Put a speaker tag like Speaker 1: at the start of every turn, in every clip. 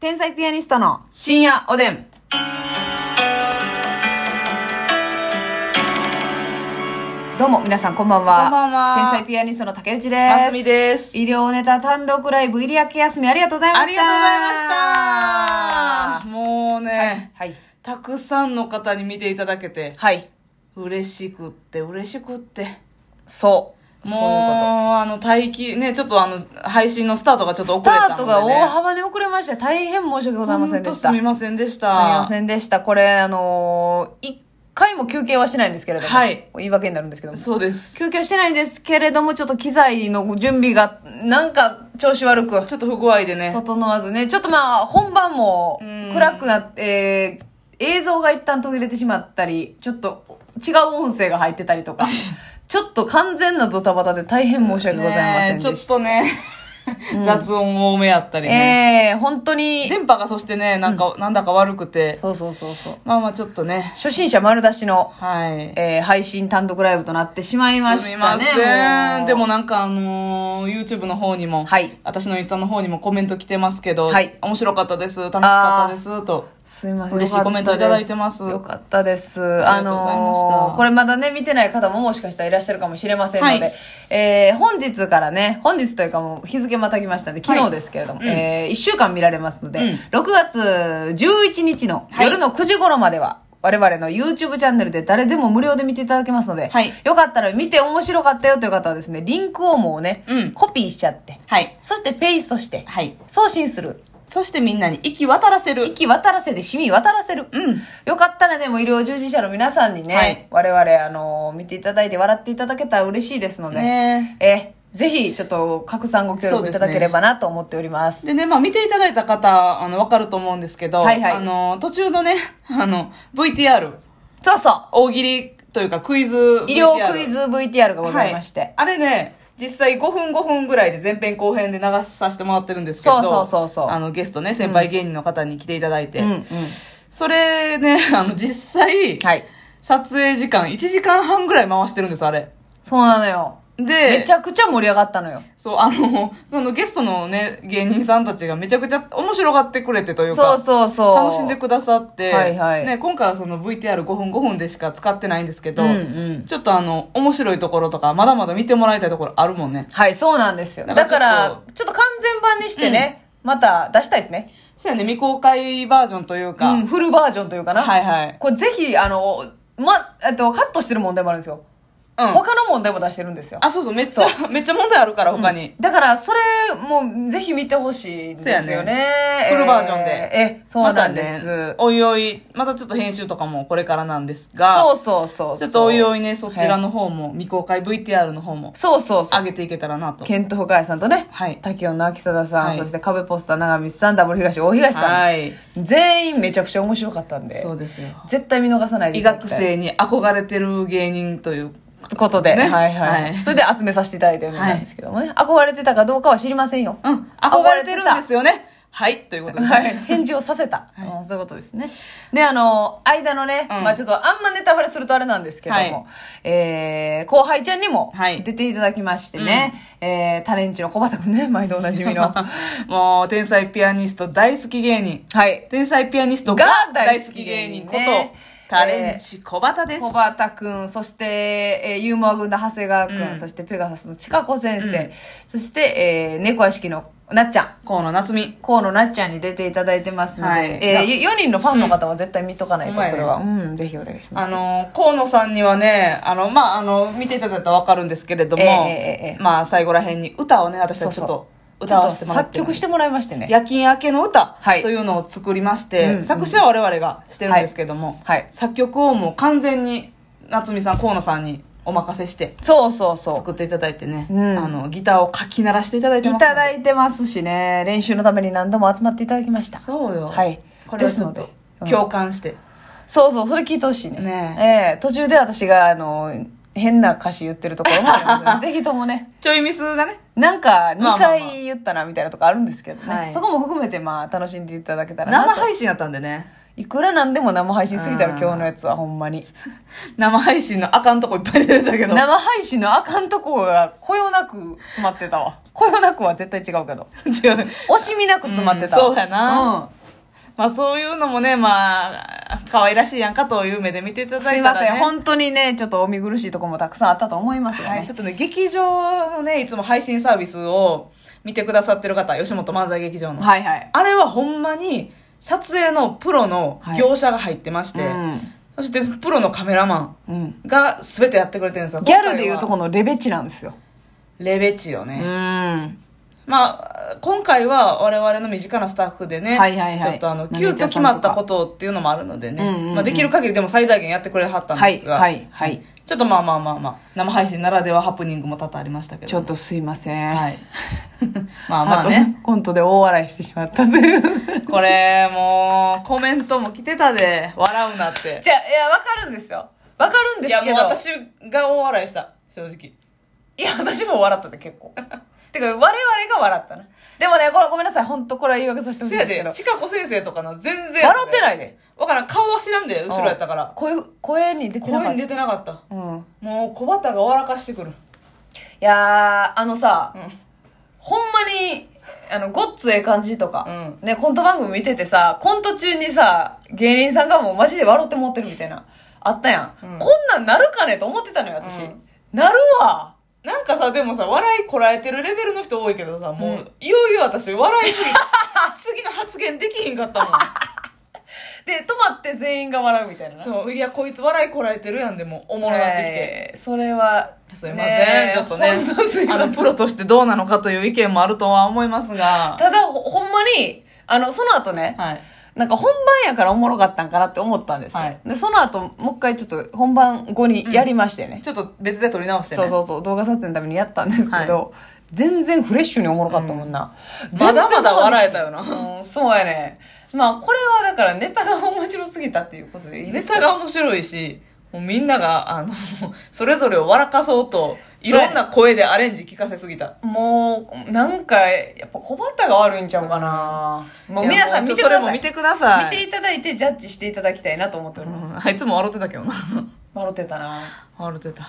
Speaker 1: 天才ピアニストの
Speaker 2: 深夜おでん。
Speaker 1: どうも皆さんこんばん
Speaker 2: こ
Speaker 1: は
Speaker 2: んばんは
Speaker 1: 天才ピアニストの竹内です
Speaker 2: ますみです。
Speaker 1: 医療ネタ単独ライブ入り明け休みありがとうございま
Speaker 2: あ
Speaker 1: し
Speaker 2: り
Speaker 1: た
Speaker 2: がとうございました。もうね、
Speaker 1: はい
Speaker 2: たくさんの方に見ていただけて、
Speaker 1: はい
Speaker 2: 嬉しくって、嬉しくって。
Speaker 1: そう
Speaker 2: もう、
Speaker 1: そういうこ
Speaker 2: あの、待機、ね、ちょっとあの、配信のスタートがちょっ
Speaker 1: とス
Speaker 2: と遅
Speaker 1: タ
Speaker 2: れたので、ね。
Speaker 1: ートが大幅に遅れまして大変申し訳ございませんでした
Speaker 2: ほとすみ
Speaker 1: すみ
Speaker 2: ませんでした。
Speaker 1: ませんでしたこれあのー一回も休憩はしてないんですけれども、
Speaker 2: はい
Speaker 1: 言い訳になるんですけども
Speaker 2: そうです。
Speaker 1: 休憩してないんですけれどもちょっと機材の準備がなんか調子悪く
Speaker 2: ちょっと不具合でね。
Speaker 1: 整わずねちょっとまあ本番も
Speaker 2: うん
Speaker 1: 暗くなって、えー映像が一旦途切れてしまったりちょっと違う音声が入ってたりと かちょっと完全なドタバタで大変申し訳ございません
Speaker 2: ね
Speaker 1: で
Speaker 2: ちょ
Speaker 1: し、
Speaker 2: ったとね、雑音多めやったりね。
Speaker 1: えー本当に
Speaker 2: 電波がそしてね、なんか、なんだか悪くて。
Speaker 1: そうそうそうそう
Speaker 2: まあまあちょっとね。
Speaker 1: 初心者丸出しの、
Speaker 2: はい。
Speaker 1: えー配信単独ライブとなってしまいましたね
Speaker 2: すみませ。
Speaker 1: うん
Speaker 2: でもなんかあのー YouTube の方にも、
Speaker 1: はい
Speaker 2: 私のインスタの方にもコメント来てますけど、
Speaker 1: はい
Speaker 2: 面白かったです、楽しかったです、と。
Speaker 1: すいません。
Speaker 2: 嬉しいコメントいただいてます
Speaker 1: よかったです。
Speaker 2: あ
Speaker 1: あ
Speaker 2: りがとうございました
Speaker 1: のーこれまだね、見てない方ももしかしたらいらっしゃるかもしれませんので、
Speaker 2: はい
Speaker 1: えー本日からね、本日というかもう日付またぎましたんで、昨日ですけれども、
Speaker 2: うん
Speaker 1: え1週間見られますので、
Speaker 2: うん
Speaker 1: 6月11日の
Speaker 2: はい
Speaker 1: 夜の9時頃までは、我々の YouTube チャンネルで誰でも無料で見ていただけますので、
Speaker 2: はい
Speaker 1: よかったら見て面白かったよという方はですね、リンクをもうね、
Speaker 2: うん
Speaker 1: コピーしちゃって、
Speaker 2: はい。
Speaker 1: そしてペーストして、
Speaker 2: はい。
Speaker 1: 送信する。
Speaker 2: そしてみんなに息渡らせ る。
Speaker 1: 息渡らせて、染み渡らせる。
Speaker 2: うん。
Speaker 1: よかったらでも医療従事者の皆さんにね、
Speaker 2: はい
Speaker 1: 我々、あの見ていただいて笑っていただけたら嬉しいですので、
Speaker 2: ね
Speaker 1: え、ぜひちょっと拡散ご協
Speaker 2: そう
Speaker 1: 力
Speaker 2: で
Speaker 1: い
Speaker 2: す
Speaker 1: た
Speaker 2: ね
Speaker 1: だければなと思っております。
Speaker 2: でね、まあ見ていただいた方、あの、わかると思うんですけど、
Speaker 1: はいはい
Speaker 2: あの、途中のね、あの、VTR、
Speaker 1: そうそ
Speaker 2: 大喜利というかクイズ
Speaker 1: う
Speaker 2: VTR。
Speaker 1: 医療クイズ VTR がございまして。
Speaker 2: はあれね、実際5分5分ぐらいで前編後編で流させてもらってるんですけ
Speaker 1: そ
Speaker 2: ど、
Speaker 1: うそうそうそう
Speaker 2: あのゲストね、先輩芸人の方に来ていただいて、
Speaker 1: うんうん。
Speaker 2: それね、 あの実際、
Speaker 1: はい。
Speaker 2: 撮影時間1時間半ぐらい回してるんです、あれ。
Speaker 1: そうなのよ。
Speaker 2: で、
Speaker 1: めちゃくちゃ盛り上がったのよ。
Speaker 2: そう、あの、 そのゲストのね、芸人さんたちがめちゃくちゃ面白がってくれてというか、
Speaker 1: そうそうそう。
Speaker 2: 楽しんでくださって、
Speaker 1: はいはい
Speaker 2: ね、今回はその VTR5 分5分でしか使ってないんですけど、
Speaker 1: うんうん。
Speaker 2: ちょっとあの、面白いところとか、まだまだ見てもらいたいところあるもんね。
Speaker 1: はい、そうなんですよ。
Speaker 2: だか
Speaker 1: だ
Speaker 2: らちょっと
Speaker 1: から、ちょっと完全版にしてね、また出したいですね。
Speaker 2: そうやね、未公開バージョンというか、
Speaker 1: うん、フルバージョンというかな。
Speaker 2: はいはい。
Speaker 1: これぜひ、あの、ま、えっと、カットしてる問題もあるんですよ。
Speaker 2: うん。
Speaker 1: 他の問題も出してるんですよ。
Speaker 2: あ、そうそう、めっちゃ、めっちゃ問題あるから、他に。
Speaker 1: だから、それもぜひ見てほしいんです
Speaker 2: そう
Speaker 1: よ
Speaker 2: や
Speaker 1: ね。
Speaker 2: フルバージョンで
Speaker 1: えーえ、そうなんです。
Speaker 2: またね、おいおい、またちょっと編集とかもこれからなんですが、
Speaker 1: そうそうそうそう。
Speaker 2: ちょっとおいおいね、そちらの方も、未公開 VTR の方も、
Speaker 1: そうそうそ
Speaker 2: 上
Speaker 1: う。
Speaker 2: げていけたらなと。
Speaker 1: ケント・フカヤさんとね、
Speaker 2: はい
Speaker 1: 竹尾の秋貞さん、
Speaker 2: はい
Speaker 1: そして壁ポスター長光さん、ダブル東、大東さん、
Speaker 2: はい。
Speaker 1: 全員めちゃくちゃ面白かったんで
Speaker 2: そ、うですよ。
Speaker 1: 絶対見逃さないで
Speaker 2: 医
Speaker 1: いただ
Speaker 2: 学
Speaker 1: きたい。
Speaker 2: 生に憧れてる芸人という。
Speaker 1: ことで、
Speaker 2: ね
Speaker 1: はいはい、
Speaker 2: はい
Speaker 1: それで集めさせていただいたようなんですけどもね、憧れてたかどうかは知りませんよ。
Speaker 2: うん、憧れてるんですよね。はい、ということですね。
Speaker 1: はい、返事をさせた、うんそういうことですねであの間のね、
Speaker 2: うん
Speaker 1: まあ、ちょっとあんまネタバレするとあれなんですけども、
Speaker 2: は
Speaker 1: えー後輩ちゃんにも
Speaker 2: はい
Speaker 1: 出ていただきましてね、えータレンチの小畑くんね毎度おなじみ のは
Speaker 2: もう、天才ピアニスト大好き芸人。
Speaker 1: い
Speaker 2: 天才ピアニストが
Speaker 1: が
Speaker 2: 大
Speaker 1: 大
Speaker 2: 好
Speaker 1: 好
Speaker 2: き
Speaker 1: き芸
Speaker 2: 芸人
Speaker 1: 人
Speaker 2: こと、
Speaker 1: ね
Speaker 2: タレンチ小畑です。
Speaker 1: 小畑くんそして、えーユーモア軍団長谷川くん、
Speaker 2: うん
Speaker 1: そしてペガサスの千佳子先生、
Speaker 2: うん
Speaker 1: そして、えー猫屋敷のなっちゃん
Speaker 2: 河野夏美。
Speaker 1: 河野なっちゃんに出ていただいてますので、
Speaker 2: はい
Speaker 1: え4人のファンの方は絶対見とかないと、
Speaker 2: うん
Speaker 1: それは、うん、ぜひお願いしま
Speaker 2: あ
Speaker 1: す。
Speaker 2: の、河野さんにはね、あの、まあ、あの、見ていただいたらわかるんですけれども、
Speaker 1: ええええええ
Speaker 2: まあ、最後ら辺に歌をね、私はちょっと歌わせてもらって
Speaker 1: 作曲しても
Speaker 2: らっ
Speaker 1: らいましてね。
Speaker 2: 夜勤明けの歌
Speaker 1: はい
Speaker 2: というのを作りまして、
Speaker 1: うん
Speaker 2: 作詞は我々がしてるんですけども、
Speaker 1: はい。
Speaker 2: 作曲をもう完全に夏美さん、河野さんにお任せして
Speaker 1: そうそうそ
Speaker 2: 作っていただいてね、
Speaker 1: うん。
Speaker 2: あの、ギターをかき鳴らしていただいうて
Speaker 1: い
Speaker 2: ますの
Speaker 1: た
Speaker 2: で
Speaker 1: だいてますしね、練習のために何度も集まっていただきました。
Speaker 2: そうよ。
Speaker 1: はい
Speaker 2: これはちょっ
Speaker 1: です
Speaker 2: と
Speaker 1: ので
Speaker 2: 共感して。
Speaker 1: そうそう、それ聞いてほしいね。
Speaker 2: ね
Speaker 1: ええ途中で私が、あの、変な歌詞言ってるところもあります のでぜひともね、
Speaker 2: ちょいミスがね。
Speaker 1: なんか
Speaker 2: ま
Speaker 1: 2
Speaker 2: あまあまあ
Speaker 1: 回言ったなみたいなとこあるんですけどね。
Speaker 2: はい
Speaker 1: そこも含めて、まあ、楽しんでいただけたらな
Speaker 2: 生
Speaker 1: と。
Speaker 2: 配信やったんでね。
Speaker 1: いくらなんでも生配信すぎたら今日のやつはほんまに。
Speaker 2: 生配信のあかんとこいっぱい出てたけど。
Speaker 1: 生配信のあかんとこがこよなく詰まってたわ。こよなくは絶対違うけど。
Speaker 2: 違う。
Speaker 1: 惜しみなく詰まってた
Speaker 2: うん
Speaker 1: わ。
Speaker 2: そうやな
Speaker 1: う
Speaker 2: まあそういうのもね、まあ、可愛らしいやんかという目で見ていた
Speaker 1: ん。
Speaker 2: だ
Speaker 1: すい
Speaker 2: いた
Speaker 1: ま
Speaker 2: ら、
Speaker 1: せ
Speaker 2: ね。
Speaker 1: ん。本当にね、ちょっとお見苦しいとこもたくさんあったと思いますよね。
Speaker 2: はい、ちょっとね、劇場のね、いつも配信サービスを見てくださってる方、吉本漫才劇場の。
Speaker 1: はいはい。
Speaker 2: あれはほんまに、撮影のプロの業者が入ってまして、そしてプロのカメラマ
Speaker 1: うん。うん。
Speaker 2: ンが全てやってくれてるんですよ。
Speaker 1: ギャルでいうとこ
Speaker 2: の。
Speaker 1: のレベチなんですよ。
Speaker 2: レベチよ
Speaker 1: う
Speaker 2: ね。
Speaker 1: ん。
Speaker 2: まあ、今回は我々の身近なスタッフでね、
Speaker 1: はいはいはい
Speaker 2: ちょっとあの、
Speaker 1: マネー
Speaker 2: 急
Speaker 1: ジャーさんとか
Speaker 2: 遽決まったことっていうのもあるのでね、
Speaker 1: うんうんうん
Speaker 2: まあ、できる限りでも最大限やってくれはったんですが、
Speaker 1: はいはいはい
Speaker 2: ちょっとまあまあまあまあ、生配信ならではハプニングも多々ありましたけど。
Speaker 1: ちょっとすいません。
Speaker 2: はい。 まあまあね、
Speaker 1: とコントで大笑いしてしまったと いう。
Speaker 2: これもう、コメントも来てたで、笑うなって。
Speaker 1: じゃあ、いや、わかるんですよ。わかるんで
Speaker 2: い
Speaker 1: す
Speaker 2: や、
Speaker 1: けど。
Speaker 2: もう私が大笑いした、正直。
Speaker 1: いや、私も笑ったで、結構。 てか、我々が笑ったな。でもね、これごめんなさい。本当これは誘惑させてほし
Speaker 2: せ
Speaker 1: いん
Speaker 2: や
Speaker 1: ですけ
Speaker 2: で
Speaker 1: ど、。
Speaker 2: ちかこ先生とかの全然。。
Speaker 1: 笑ってないいで。
Speaker 2: わからん、顔は知らんで、後ろやったから。
Speaker 1: 声、声に出てなか
Speaker 2: 声
Speaker 1: っ
Speaker 2: に出てなかった。
Speaker 1: た。うん。い
Speaker 2: もう小畑が笑かしてくる。
Speaker 1: やー、あのさ、
Speaker 2: うん
Speaker 1: ほんまに、あの、ごっつええ感じとか、
Speaker 2: う
Speaker 1: ね、コント番組見ててさ、コント中にさ、芸人さんがもうマジで笑って持ってるみたいな、あったやん。
Speaker 2: うん
Speaker 1: こんなんなるかねと思ってたのよ、私。
Speaker 2: うん
Speaker 1: なるわ
Speaker 2: なんかさ、でもさ、笑いこらえてるレベルの人多いけどさ、もう、
Speaker 1: うん
Speaker 2: いよいよ私、笑いすぎ て、次の発言できひんかったもん。
Speaker 1: で、止まって全員が笑うみたいなな。
Speaker 2: そう、いや、こいつ笑いこらえてるやんで、もう、おもろなってきて。
Speaker 1: えーそれは、
Speaker 2: すいません、
Speaker 1: ね
Speaker 2: ちょっとね
Speaker 1: ほんとすい、ま
Speaker 2: あ
Speaker 1: せ
Speaker 2: の、
Speaker 1: ん。
Speaker 2: プロとしてどうなのかという意見もあるとは思います が、
Speaker 1: ただほ、ほんまに、あの、その後ね、
Speaker 2: はい。
Speaker 1: なんか本番やからおもろかったんかなって思ったんですよ。
Speaker 2: はい
Speaker 1: で、その後、もう一回ちょっと本番後にやりましてね。
Speaker 2: ちょっと別で撮り直してね。
Speaker 1: そうそうそう、動画撮影のためにやったんですけど、全然フレッシュにおもろかったもんな。
Speaker 2: まだまだ笑えたよ
Speaker 1: え
Speaker 2: な。
Speaker 1: うん、そうやね。まあ、これはだからネタが面白すぎたっていうことでいいで
Speaker 2: ネ
Speaker 1: すか
Speaker 2: タが面白いし、もうみんなが、あの、 それぞれを笑かそうと、いろんな声でアレンジ聞かせすぎた。
Speaker 1: もう、なんか、やっぱ小畑が悪いんちゃうかな。もう皆さん
Speaker 2: いや
Speaker 1: 見てください
Speaker 2: もうちょっとそれも見てください。
Speaker 1: 見ていただいて、ジャッジしていただきたいなと思っております。
Speaker 2: あいつも笑ってたけどな。
Speaker 1: 笑ってたな。
Speaker 2: 笑ってた。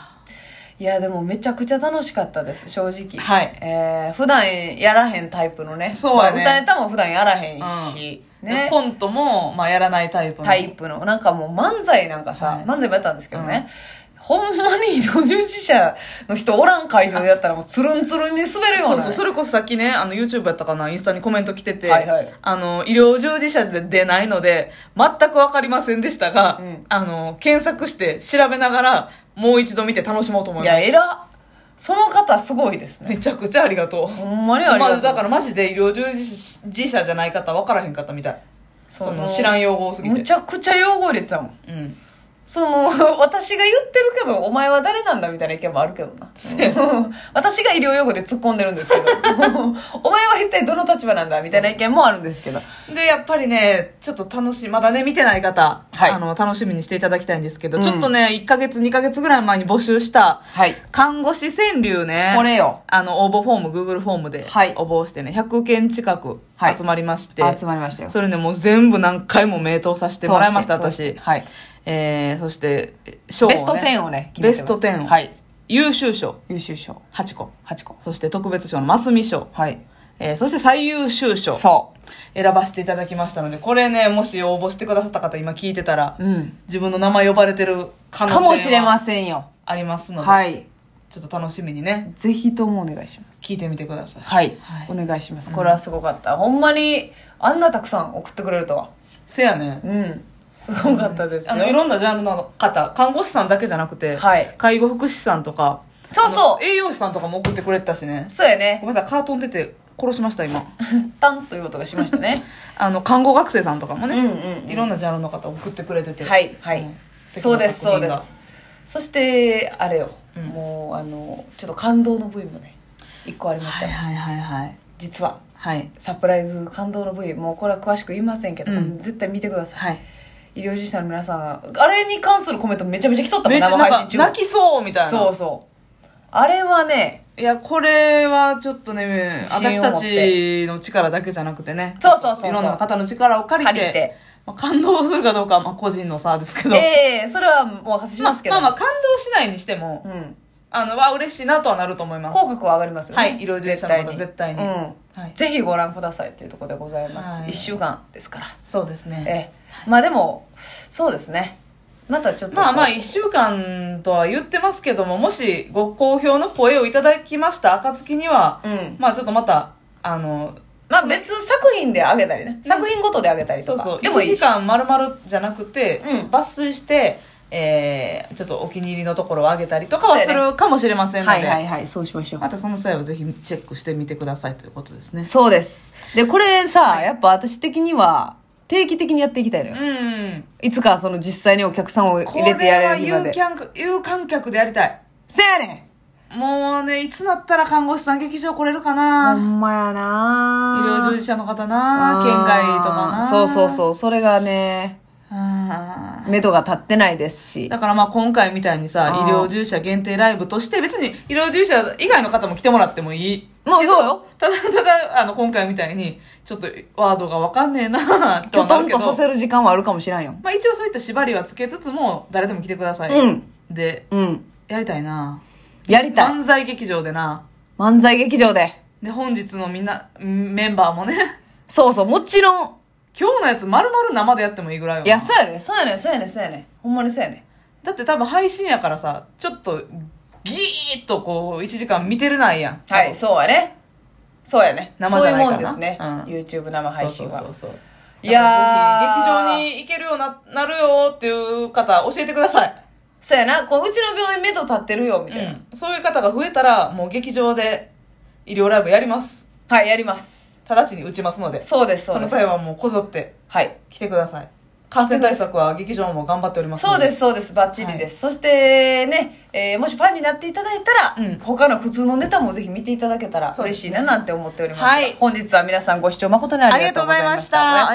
Speaker 1: いや、でもめちゃくちゃ楽しかったです、正直。
Speaker 2: はい
Speaker 1: えー、普段やらへんタイプのね。
Speaker 2: そうやね
Speaker 1: まあ歌ネタも普段やらへんし、ね。
Speaker 2: コントも、まあ、やらないタイプの。
Speaker 1: タイプの、なんかもう漫才なんかさ、
Speaker 2: はい
Speaker 1: 漫才もやったんですけどね、ほんまに医療従事者の人おらん会場でやったらもうつるんつるんに滑るようなね、
Speaker 2: そうそう、それこそさっきね、あの、YouTube やったかな、インスタにコメント来てて、
Speaker 1: はいはい
Speaker 2: あの、医療従事者で出ないので、全くわかりませんでしたが、
Speaker 1: うん
Speaker 2: あの、検索して調べながら、もう一度見て楽しもうと思い
Speaker 1: い
Speaker 2: ま
Speaker 1: や、
Speaker 2: す。
Speaker 1: えら。その方すごいですね。
Speaker 2: めちゃくちゃありがとう。
Speaker 1: ほんまにありがとう。
Speaker 2: まあ、だからマジで医療従事者じゃない方分からへんかったみたい。
Speaker 1: そ
Speaker 2: そ
Speaker 1: の
Speaker 2: の、知らん用語多すぎ
Speaker 1: む
Speaker 2: て。
Speaker 1: ちゃくちゃ用語入れてたもん。
Speaker 2: うん。
Speaker 1: その、 私が言ってるけど、お前は誰なんだみたいな意見もあるけどな。 私が医療用語で突っ込んでるんですけど、 お前は一体どの立場なんだみたいな意見もあるんですけど。
Speaker 2: で、やっぱりね、ちょっと楽しい、まだね、見てない方、
Speaker 1: はい
Speaker 2: あの、楽しみにしていただきたいんですけど、
Speaker 1: うん
Speaker 2: ちょっとね、1ヶ月、2ヶ月ぐらい前に募集した、
Speaker 1: はい。
Speaker 2: 看護師川柳ね。
Speaker 1: これよ。
Speaker 2: あの、応募フォーム、Google フォームで、
Speaker 1: はい
Speaker 2: 応募してね、100件近く
Speaker 1: はい
Speaker 2: 集まりまして、
Speaker 1: 集まりましたよ。
Speaker 2: それね、もう全部何回も名答させてもらいました、
Speaker 1: 通して通
Speaker 2: 私。
Speaker 1: してはい。
Speaker 2: えー、そして、賞を、ね。
Speaker 1: ベスト10をね、決めてます
Speaker 2: ベスト10を
Speaker 1: はい。
Speaker 2: 優秀賞、
Speaker 1: 優秀賞
Speaker 2: 8個。
Speaker 1: 8個。
Speaker 2: そして特別賞のますみ賞。
Speaker 1: はい。
Speaker 2: えー、そして最優秀賞。
Speaker 1: そ
Speaker 2: 選ばせていただきましたので、これね、もし応募してくださった方、今聞いてたら
Speaker 1: う。、うん。
Speaker 2: 自分の名前呼ばれてる可能性
Speaker 1: か
Speaker 2: は
Speaker 1: もしれませんよ。
Speaker 2: ありますので、
Speaker 1: はい。
Speaker 2: ちょっと楽しみにね、
Speaker 1: ぜひともお願いします。
Speaker 2: 聞いてみてください。
Speaker 1: はい
Speaker 2: はい
Speaker 1: お願いします。これはすごかった。ほんまに、あんなたくさん送ってくれるとは。
Speaker 2: せやね。
Speaker 1: うん。すごかったですよ。
Speaker 2: あの、いろんなジャンルの方、看護師さんだけじゃなくて、
Speaker 1: はい
Speaker 2: 介護福祉士さんとか、
Speaker 1: そうそう
Speaker 2: あの栄養士さんとかも送ってくれてたしね。
Speaker 1: そうや
Speaker 2: ご
Speaker 1: ね。
Speaker 2: めんなさい、カートン出て殺しまし た、今。
Speaker 1: タンという音がしました ね。
Speaker 2: あの、看護学生さんとかもね、
Speaker 1: うんうんうん
Speaker 2: いろんなジャンルの方送ってくれてて。
Speaker 1: はい、はい
Speaker 2: うん。素敵な
Speaker 1: そうです、そう
Speaker 2: 作品
Speaker 1: で
Speaker 2: が
Speaker 1: す。そして、あれよ。
Speaker 2: うん
Speaker 1: もう、あの、ちょっと感動の部位もね、一個ありまし
Speaker 2: は
Speaker 1: た
Speaker 2: い
Speaker 1: よ。
Speaker 2: はいはいはい。
Speaker 1: 実は。
Speaker 2: はい。
Speaker 1: サプライズ感動の部位もうこれは詳しく言いませんけど、
Speaker 2: うん
Speaker 1: 絶対見てくださ
Speaker 2: はい。
Speaker 1: い医療従事者の皆さんあれに関するコメントめちゃめちゃ来とったも
Speaker 2: め
Speaker 1: ん
Speaker 2: っちゃ
Speaker 1: 生
Speaker 2: な
Speaker 1: 配
Speaker 2: んか
Speaker 1: 信中
Speaker 2: 泣きそうみたいな。
Speaker 1: そうそうあれはね
Speaker 2: いや、これはちょっとね、
Speaker 1: 自
Speaker 2: 私
Speaker 1: 信を
Speaker 2: た
Speaker 1: 持って
Speaker 2: ちの力だけじゃなくてね。
Speaker 1: そうそうそうそう
Speaker 2: いろんな方の力を借りて、
Speaker 1: 借りて
Speaker 2: まあ、感動するかどうかはまあ個人の差ですけど、
Speaker 1: ええそれはお任せしますけど。
Speaker 2: まあまあ感動しないにしても、
Speaker 1: うん。
Speaker 2: あの、は嬉しいなとはなると思います。
Speaker 1: 口角は上がりますよね。
Speaker 2: はい、医療従事者の方絶対に。
Speaker 1: うん。
Speaker 2: はい、
Speaker 1: ぜひご覧くださいというところでございます。一、
Speaker 2: はい
Speaker 1: 週間ですから。
Speaker 2: そうですね。
Speaker 1: ええ。まあでも、そうですね。またちょっと。
Speaker 2: まあまあ、一週間とは言ってますけども、もしご好評の声をいただきました暁には、
Speaker 1: うん。
Speaker 2: まあちょっとまた、あの、
Speaker 1: まあ別作品であげたりね。作品ごとであげたり
Speaker 2: そ
Speaker 1: と
Speaker 2: う
Speaker 1: か。
Speaker 2: そう、
Speaker 1: でもい
Speaker 2: 1
Speaker 1: い
Speaker 2: 時
Speaker 1: し。
Speaker 2: 間丸々じゃなくて、
Speaker 1: うん
Speaker 2: 抜粋して、えー、ちょっとお気に入りのところをあげたりとかは
Speaker 1: そう
Speaker 2: す
Speaker 1: やね
Speaker 2: るかもしれませんの
Speaker 1: は
Speaker 2: で、
Speaker 1: いはいはい、そうしましょう
Speaker 2: ま。たその際はぜひチェックしてみてくださいということですね。
Speaker 1: そうです。で、これさ、やっぱ私的には、定期的にやっていきたいのよ。
Speaker 2: うん。
Speaker 1: いつかその実際にお客さんを
Speaker 2: こ
Speaker 1: 入
Speaker 2: れ
Speaker 1: れてや
Speaker 2: は
Speaker 1: れる日ま
Speaker 2: 有
Speaker 1: で。
Speaker 2: 観有観客でやりたい。
Speaker 1: せやね
Speaker 2: もうね、いつなったら看護師さん劇場来れるか
Speaker 1: んほ
Speaker 2: な、
Speaker 1: んまや
Speaker 2: 医療
Speaker 1: な
Speaker 2: 従事者の方な県外とかな
Speaker 1: そうそう
Speaker 2: う。
Speaker 1: そう。それがね、
Speaker 2: あー
Speaker 1: 目処が立ってないですし。
Speaker 2: だからまあ今回みたいにさ、
Speaker 1: あー
Speaker 2: 医療従事者限定ライブとして、別に医療従事者以外の方も来てもらってもいい。
Speaker 1: もうそうよ。
Speaker 2: ただただ、あの、今回みたいに、ちょっとワードがわかんねえな
Speaker 1: き
Speaker 2: と
Speaker 1: ょ
Speaker 2: はな
Speaker 1: と
Speaker 2: る
Speaker 1: ん
Speaker 2: け
Speaker 1: と
Speaker 2: ど。
Speaker 1: させる時間はあるかもしらんよ。
Speaker 2: まあ一応そういった縛りはつけつつも、誰でも来てください。
Speaker 1: うん。
Speaker 2: で、
Speaker 1: うん。
Speaker 2: やりたいな
Speaker 1: やりたい。
Speaker 2: 漫才劇場でな。
Speaker 1: 漫才劇場で。
Speaker 2: で、本日のみんな、んメンバーもね、
Speaker 1: そうそう、もちろん。
Speaker 2: 今日のやつ丸々生でやってもいいぐらいよ
Speaker 1: い
Speaker 2: な
Speaker 1: や、そうやね。そうやね。そうやね。そうやね。ほんまにそうやね。
Speaker 2: だって多分配信やからさ、ちょっと、ギーッとこう、1時間見てるないやん。
Speaker 1: はい、
Speaker 2: そ
Speaker 1: そうやね。そうやね。
Speaker 2: 生
Speaker 1: そうい
Speaker 2: じゃ
Speaker 1: う
Speaker 2: ない
Speaker 1: もん
Speaker 2: から
Speaker 1: で
Speaker 2: な
Speaker 1: すね。
Speaker 2: うん
Speaker 1: YouTube 生
Speaker 2: う
Speaker 1: 配信
Speaker 2: そ
Speaker 1: は
Speaker 2: う。そうそう。
Speaker 1: いや
Speaker 2: だから
Speaker 1: ー
Speaker 2: ぜひ、劇場に行けるような、なるよっていう方、教えてください。
Speaker 1: そうやな。こううちの病院目と立ってるよ、みたいな。
Speaker 2: そういう方が増えたら、もう劇場で医療ライブやります。
Speaker 1: はい、やります。
Speaker 2: 直ちに打ちますので、そ
Speaker 1: そうです、そうで
Speaker 2: の
Speaker 1: す。
Speaker 2: 際はもうこぞって
Speaker 1: はい。
Speaker 2: 来てください。感染対策は劇場も頑張っておりますの
Speaker 1: そうです、そうです。バッチリです。そしてね、えーもしファンになっていただいたら、
Speaker 2: うん
Speaker 1: 他の普通のネタもぜひ見ていただけたら
Speaker 2: そうで
Speaker 1: 嬉
Speaker 2: す
Speaker 1: し
Speaker 2: ね
Speaker 1: いななんて思っておりますが。
Speaker 2: はい
Speaker 1: 本日は皆さんご視聴誠にあ
Speaker 2: あ
Speaker 1: り
Speaker 2: り
Speaker 1: が
Speaker 2: が
Speaker 1: と
Speaker 2: と
Speaker 1: うご
Speaker 2: うご
Speaker 1: ざ
Speaker 2: ざ
Speaker 1: い
Speaker 2: い
Speaker 1: ま
Speaker 2: ま
Speaker 1: し。
Speaker 2: した
Speaker 1: おやすみなさい
Speaker 2: た。